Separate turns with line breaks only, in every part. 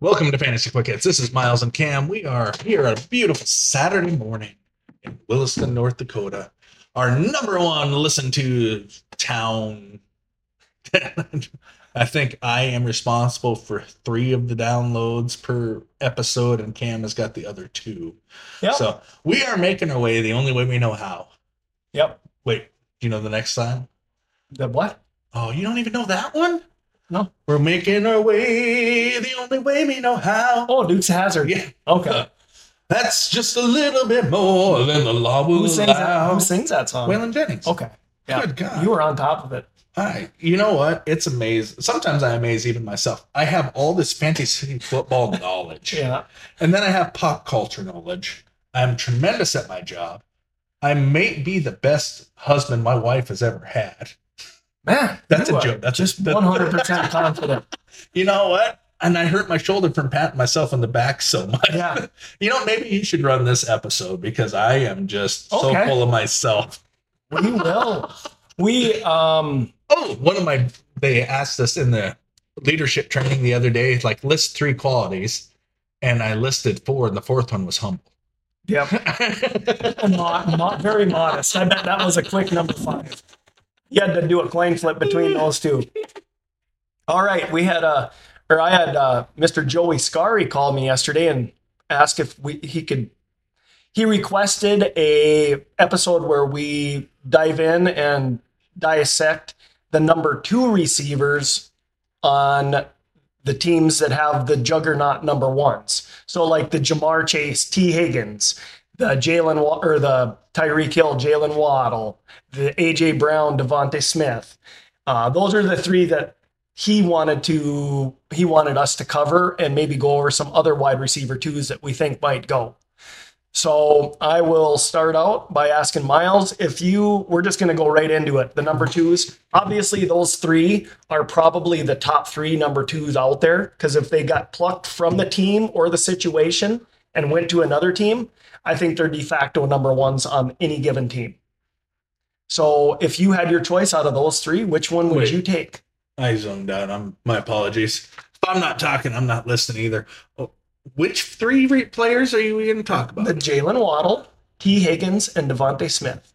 Welcome to Fantasy Quickets. This is Miles and Cam. We are here on a beautiful Saturday morning in Williston, North Dakota. Our number one listen to town. I think I am responsible for three of the downloads per episode, and Cam has got the other two.
Yep.
So we are making our way the only way we know how.
Yep.
Wait, do you know the next time?
The what?
Oh, you don't even know that one?
No.
We're making our way the only way we know how.
Oh, Duke's Hazard.
Yeah,
Okay.
that's just a little bit more than the law will
Who sings, that,
allow.
who sings that song?
Waylon Jennings.
Okay. Oh, Yeah.
Good God.
You were on top of it.
I, you know what? It's amazing. Sometimes I amaze even myself. I have all this fantasy football knowledge,
Yeah.
and then I have pop culture knowledge. I'm tremendous at my job. I may be the best husband my wife has ever had.
Man.
That's
you
a
are
joke. That's a-
just
that-
100% confident.
You know what? And I hurt my shoulder from patting myself on the back so much.
Yeah.
You know, maybe you should run this episode because I am just so
Okay.
full of myself.
We will. We, um,
Oh, one of my they asked us in the leadership training the other day, like list three qualities, and I listed four, and the fourth one was humble.
yep. Not, not very modest. I bet that was a quick number five. You had to do a coin flip between those two. All right. We had, uh, or I had uh, Mr. Joey Scari call me yesterday and ask if we he could. He requested a episode where we dive in and dissect the number two receivers on the teams that have the juggernaut number ones. So like the Jamar Chase, T. Higgins, the Jalen Wa- or the Tyreek Hill, Jalen Waddle, the AJ Brown, Devontae Smith. Uh, those are the three that he wanted to he wanted us to cover and maybe go over some other wide receiver twos that we think might go. So I will start out by asking Miles if you we're just going to go right into it. The number twos, obviously, those three are probably the top three number twos out there because if they got plucked from the team or the situation and went to another team, I think they're de facto number ones on any given team. So if you had your choice out of those three, which one would
Wait.
you take?
I zoned out. I'm my apologies. If I'm not talking, I'm not listening either. Oh, which three re- players are you going to talk
The
about?
Jalen Waddle, T. Higgins, and Devontae Smith.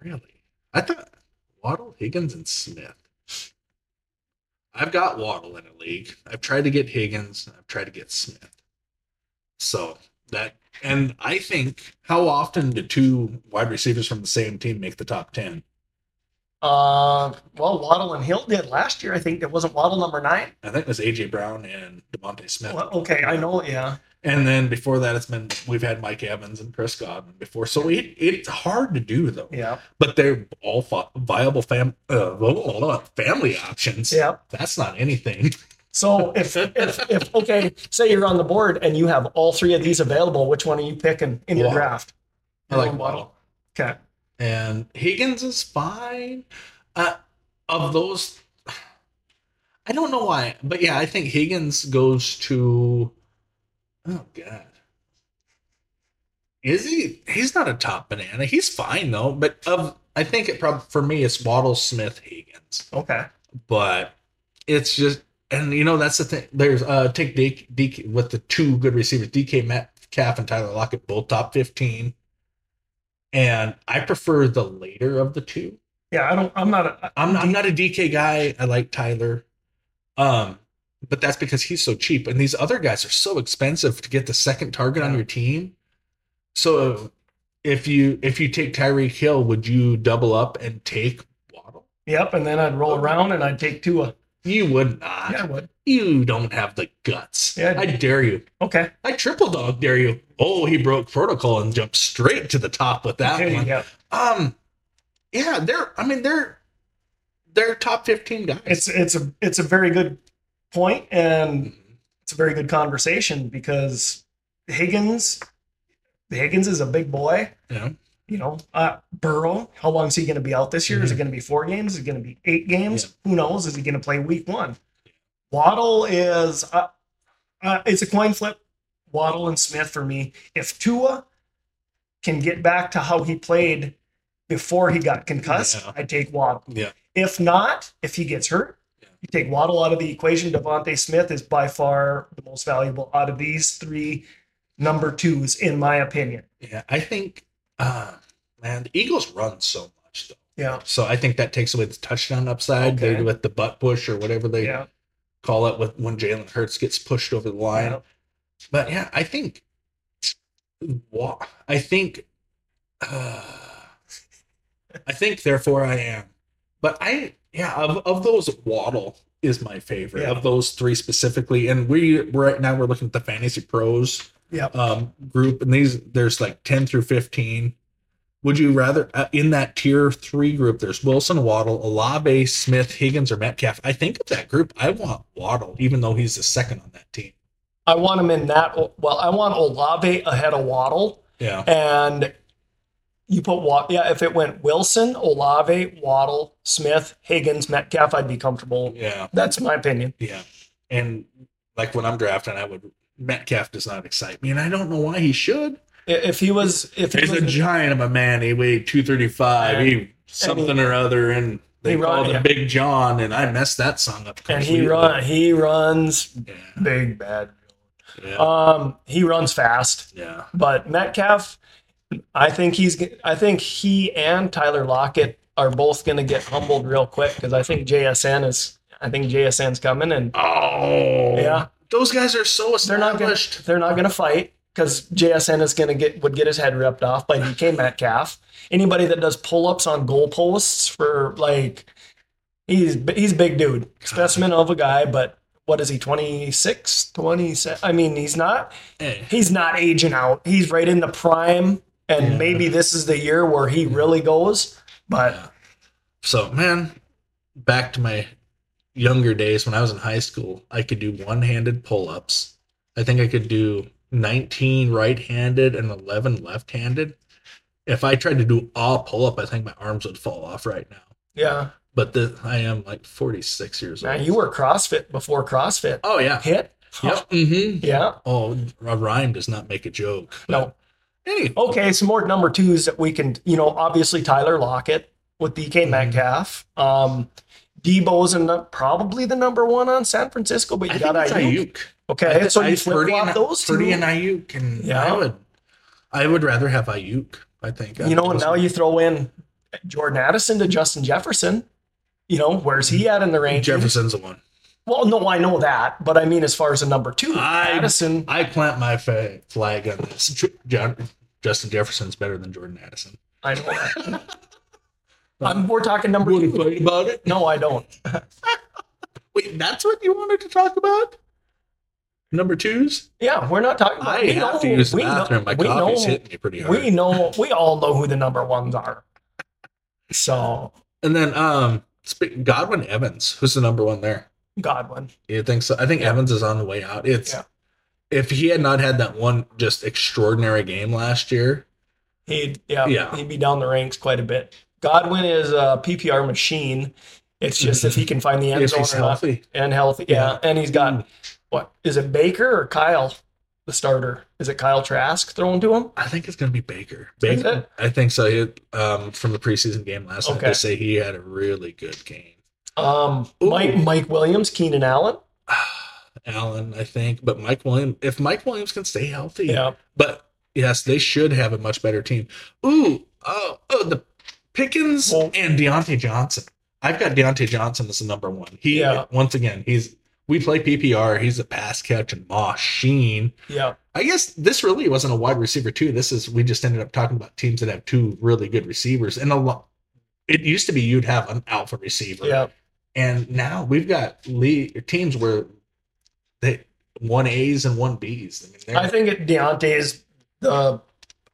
Really? I thought Waddle, Higgins, and Smith. I've got Waddle in a league. I've tried to get Higgins. I've tried to get Smith. So that, and I think how often do two wide receivers from the same team make the top 10?
Uh, well, Waddle and Hill did last year. I think it wasn't Waddle number nine.
I think it was AJ Brown and Devontae Smith.
Well, okay, I know. Yeah,
And then before that, it's been, we've had Mike Evans and Chris Godwin before. So it, it's hard to do though,
yeah,
but they're all fi- viable fam, uh, blah, blah, blah, family options.
yeah.
That's not anything.
So if, if if okay, say you're on the board and you have all three of these available, which one are you picking in your
Waddle.
draft?
I like
Um,
Waddle.
Okay.
and Higgins is fine. Uh, of those, I don't know why, but yeah, I think Higgins goes to. Oh God, is he? He's not a top banana. He's fine though, but of I think it probably for me it's Waddle Smith Higgins,
Okay.
but it's just and you know that's the thing. There's uh take DK, DK with the two good receivers, DK Metcalf and Tyler Lockett, both top fifteen. And I prefer the later of the two.
Yeah, I don't. I'm not. A,
I'm not, I'm not a DK guy. I like Tyler. Um, but that's because he's so cheap. And these other guys are so expensive to get the second target on your team. So if you if you take Tyreek Hill, would you double up and take Waddle?
yep. And then I'd roll around and I'd take Tua.
You would not.
Yeah, I would.
You don't have the guts.
Yeah, I
I dare you.
Okay.
I triple dog dare you. Oh, he broke protocol and jumped straight to the top with that
Okay,
one.
yeah.
Um, yeah, they're. I mean, they're they're top fifteen guys.
It's it's a it's a very good point and
Mhm.
it's a very good conversation because Higgins, Higgins is a big boy.
Yeah.
You know, uh, Burrow, how long is he going to be out this year? Is it going to be four games? Is it going to be eight games? Who knows? Is he going to play week one? Waddle is, uh, uh, it's a coin flip. Waddle and Smith for me. If Tua can get back to how he played before he got concussed,
Yeah.
i take Waddle.
Yeah.
If not, if he gets hurt,
Yeah.
You take Waddle out of the equation. Devontae Smith is by far the most valuable out of these three number twos, in my opinion.
Yeah, I think, uh, man, the Eagles run so much though,
Yeah.
so I think that takes away the touchdown upside
Okay.
they, with the butt push or whatever they
Yeah.
call it with when Jalen Hurts gets pushed over the line.
yeah.
But yeah, I think, wa- I think, uh, I think. Therefore, I am. But I, yeah, of, of those, Waddle is my favorite
Yeah.
of those three specifically. And we right now we're looking at the Fantasy Pros
Yep.
um, group, and these there's like ten through fifteen. Would you rather uh, in that tier three group? There's Wilson, Waddle, Olave, Smith, Higgins, or Metcalf. I think of that group, I want Waddle, even though he's the second on that team.
I want him in that. Well, I want Olave ahead of Waddle.
Yeah.
And you put Wa- yeah, if it went Wilson, Olave, Waddle, Smith, Higgins, Metcalf, I'd be comfortable.
Yeah,
That's my opinion.
yeah. And like when I'm drafting, I would Metcalf does not excite me, and I don't know why he should.
I- If he was, if he
He's
was,
a giant of a man. He weighed 235. he something or other, and they
he run-
called him
yeah.
Big John, and I messed that song up.
and
completely.
he run, he runs
Yeah,
big bad.
yeah,
Um, he runs fast,
yeah.
but Metcalf, I think he's, g- I think he and Tyler Lockett are both going to get humbled real quick because I think JSN is, I think JSN's coming and
Oh,
yeah,
Those guys are so
they're not going
established.
to they're not going to fight because JSN is going to get would get his head ripped off by DK Metcalf. Anybody that does pull ups on goalposts for like he's he's a big dude, specimen of a guy, but what is he 26, 27? I mean, he's not
Hey,
he's not aging out. He's right in the prime and
Yeah.
maybe this is the year where he really goes, but
So, man, back to my younger days when I was in high school, I could do one handed pull ups. I think I could do 19 right handed and 11 left handed. If I tried to do all pull up, I think my arms would fall off right now.
yeah.
But the, I am like 46 years
Now
old.
you were CrossFit before CrossFit
oh, yeah.
hit.
Yep. hmm
Yeah.
Oh, a rhyme does not make a joke.
No.
Anyway,
okay, some more number twos that we can, you know, obviously Tyler Lockett with
Mm-hmm.
DK Metcalf. Um, Debo's in the, probably the number one on San Francisco, but you
I think
got
it's
Ayuk.
Ayuk.
Okay, so you flip
Purdy
flop
and-
those two.
Purdy and Ayuk, and
Yeah.
I would, I would rather have Ayuk. I think
you know, and now you throw in Jordan Addison to Justin Jefferson. You know, where's
Mm-hmm.
he at in the range?
Jefferson's the one.
Well, no, I know that, but I mean, as far as a number two,
I-
Addison.
I plant my fa- flag on this. Ju- John, Justin Jefferson's better than Jordan Addison.
I know that. I'm, we're talking number
Wouldn't
two.
fight about it.
No, I don't.
Wait, that's what you wanted to talk about? Number twos.
Yeah, we're not talking about.
I
we
have
know-
to use the
we know-
bathroom. my
we
coffee's
know-
hitting me pretty hard.
we know we all know who the number ones are. So
and then, um, sp- Godwin Evans, who's the number one there?
Godwin.
You think so? I think
Yeah.
Evans is on the way out. It's
Yeah.
if he had not had that one just extraordinary game last year,
He'd yeah,
Yeah.
he'd be down the ranks quite a bit. Godwin is a PPR machine. It's just if he can find the end
if
zone
he's
or not.
healthy,
and healthy. Yeah. And he's got
Mm.
what is it Baker or Kyle, the starter? Is it Kyle Trask thrown to him?
I think it's going to be Baker.
Is
Baker, I think so. He, um, from the preseason game last night,
Okay.
they say he had a really good game.
Um
Ooh.
Mike Mike Williams, Keenan Allen.
Allen, I think, but Mike Williams, if Mike Williams can stay healthy,
Yeah.
but yes, they should have a much better team. Ooh, oh, oh, the Pickens
Well-
and Deontay Johnson. I've got Deontay Johnson as the number one. He
Yeah.
once again, he's we play PPR. He's a pass catch and machine.
Yeah.
I guess this really wasn't a wide receiver too. This is we just ended up talking about teams that have two really good receivers and a lot. It used to be you'd have an alpha receiver,
Yeah.
and now we've got le teams where they one A's and one B's. I mean, they're,
I think it, Deontay is the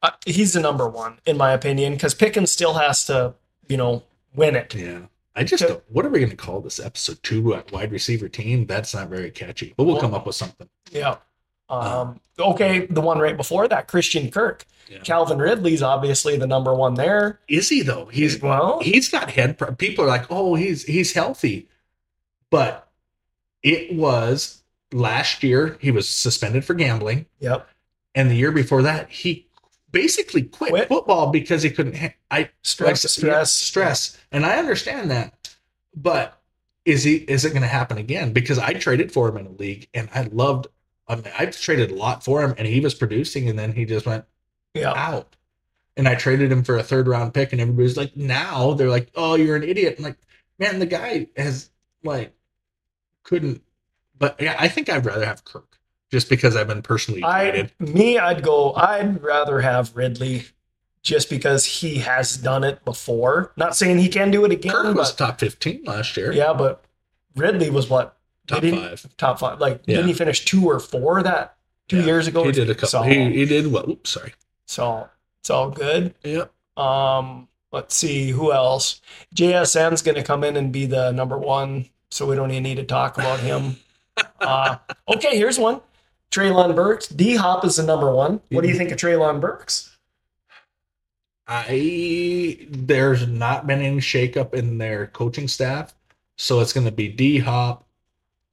uh, he's the number one in my opinion because Pickens still has to you know win it.
yeah. I just don't, what are we going to call this episode two at wide receiver team? That's not very catchy, but we'll come up with something.
Yeah. Um, okay, the one right before that, Christian Kirk,
Yeah.
Calvin Ridley's obviously the number one there.
Is he though? He's
well,
he's got head pro- people are like oh he's he's healthy but it was last year he was suspended for gambling
yep.
and the year before that he basically quit,
Quit.
football because he couldn't ha- i
Stress,
like,
stress,
stress and i understand that but is he is it going to happen again? Because I traded for him in a league and I loved. I mean, I've traded a lot for him, and he was producing, and then he just went
Yeah.
out. And I traded him for a third round pick, and everybody's like, now they're like, oh, you're an idiot. I'm like, man, the guy has like couldn't. But yeah, I think I'd rather have Kirk just because I've been personally
I
traded.
me, I'd go. I'd rather have Ridley, just because he has done it before. Not saying he can do it again.
Kirk was
but-
top fifteen last year,
yeah, but Ridley was what
top
did he-
five.
top five. Like
Yeah.
didn't he finish two or four that two
Yeah,
years ago?
He did a couple.
So,
He, he did what? Oops, sorry.
so it's all good.
Yep.
Um, let's see who else. JSN's going to come in and be the number one, so we don't even need to talk about him. uh, okay, here's one. Traylon Burks. D Hop is the number one. What do
Mm-hmm.
you think of Traylon Burks?
I there's not been any shakeup in their coaching staff, so it's going to be D Hop,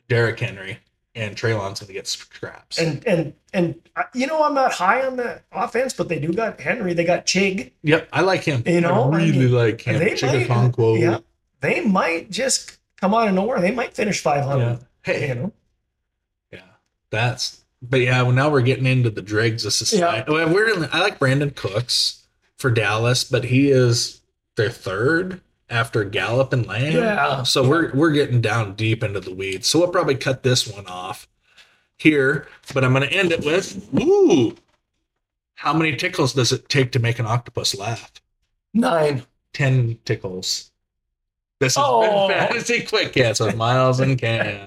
Derrick Henry, and Traylon's going to get scraps.
And and and uh, you know I'm not high on the offense, but they do got Henry. They got Chig.
Yep, I like him.
You know,
I
I
really
mean,
like him.
they might-
Chigaponquo.
Yeah, they might just come out of nowhere. They might finish 500. You
Hey,
know.
yeah, that's. But yeah, well, now we're getting into the dregs of society. Well, We're in, I like Brandon Cooks for Dallas, but he is their third after Gallup and Lamb.
Yeah.
So we're we're getting down deep into the weeds. So we'll probably cut this one off here, but I'm going to end it with ooh. How many tickles does it take to make an octopus laugh?
Nine.
10 tickles. This has
Oh.
been Fantasy Quick Cats with Miles and Cam.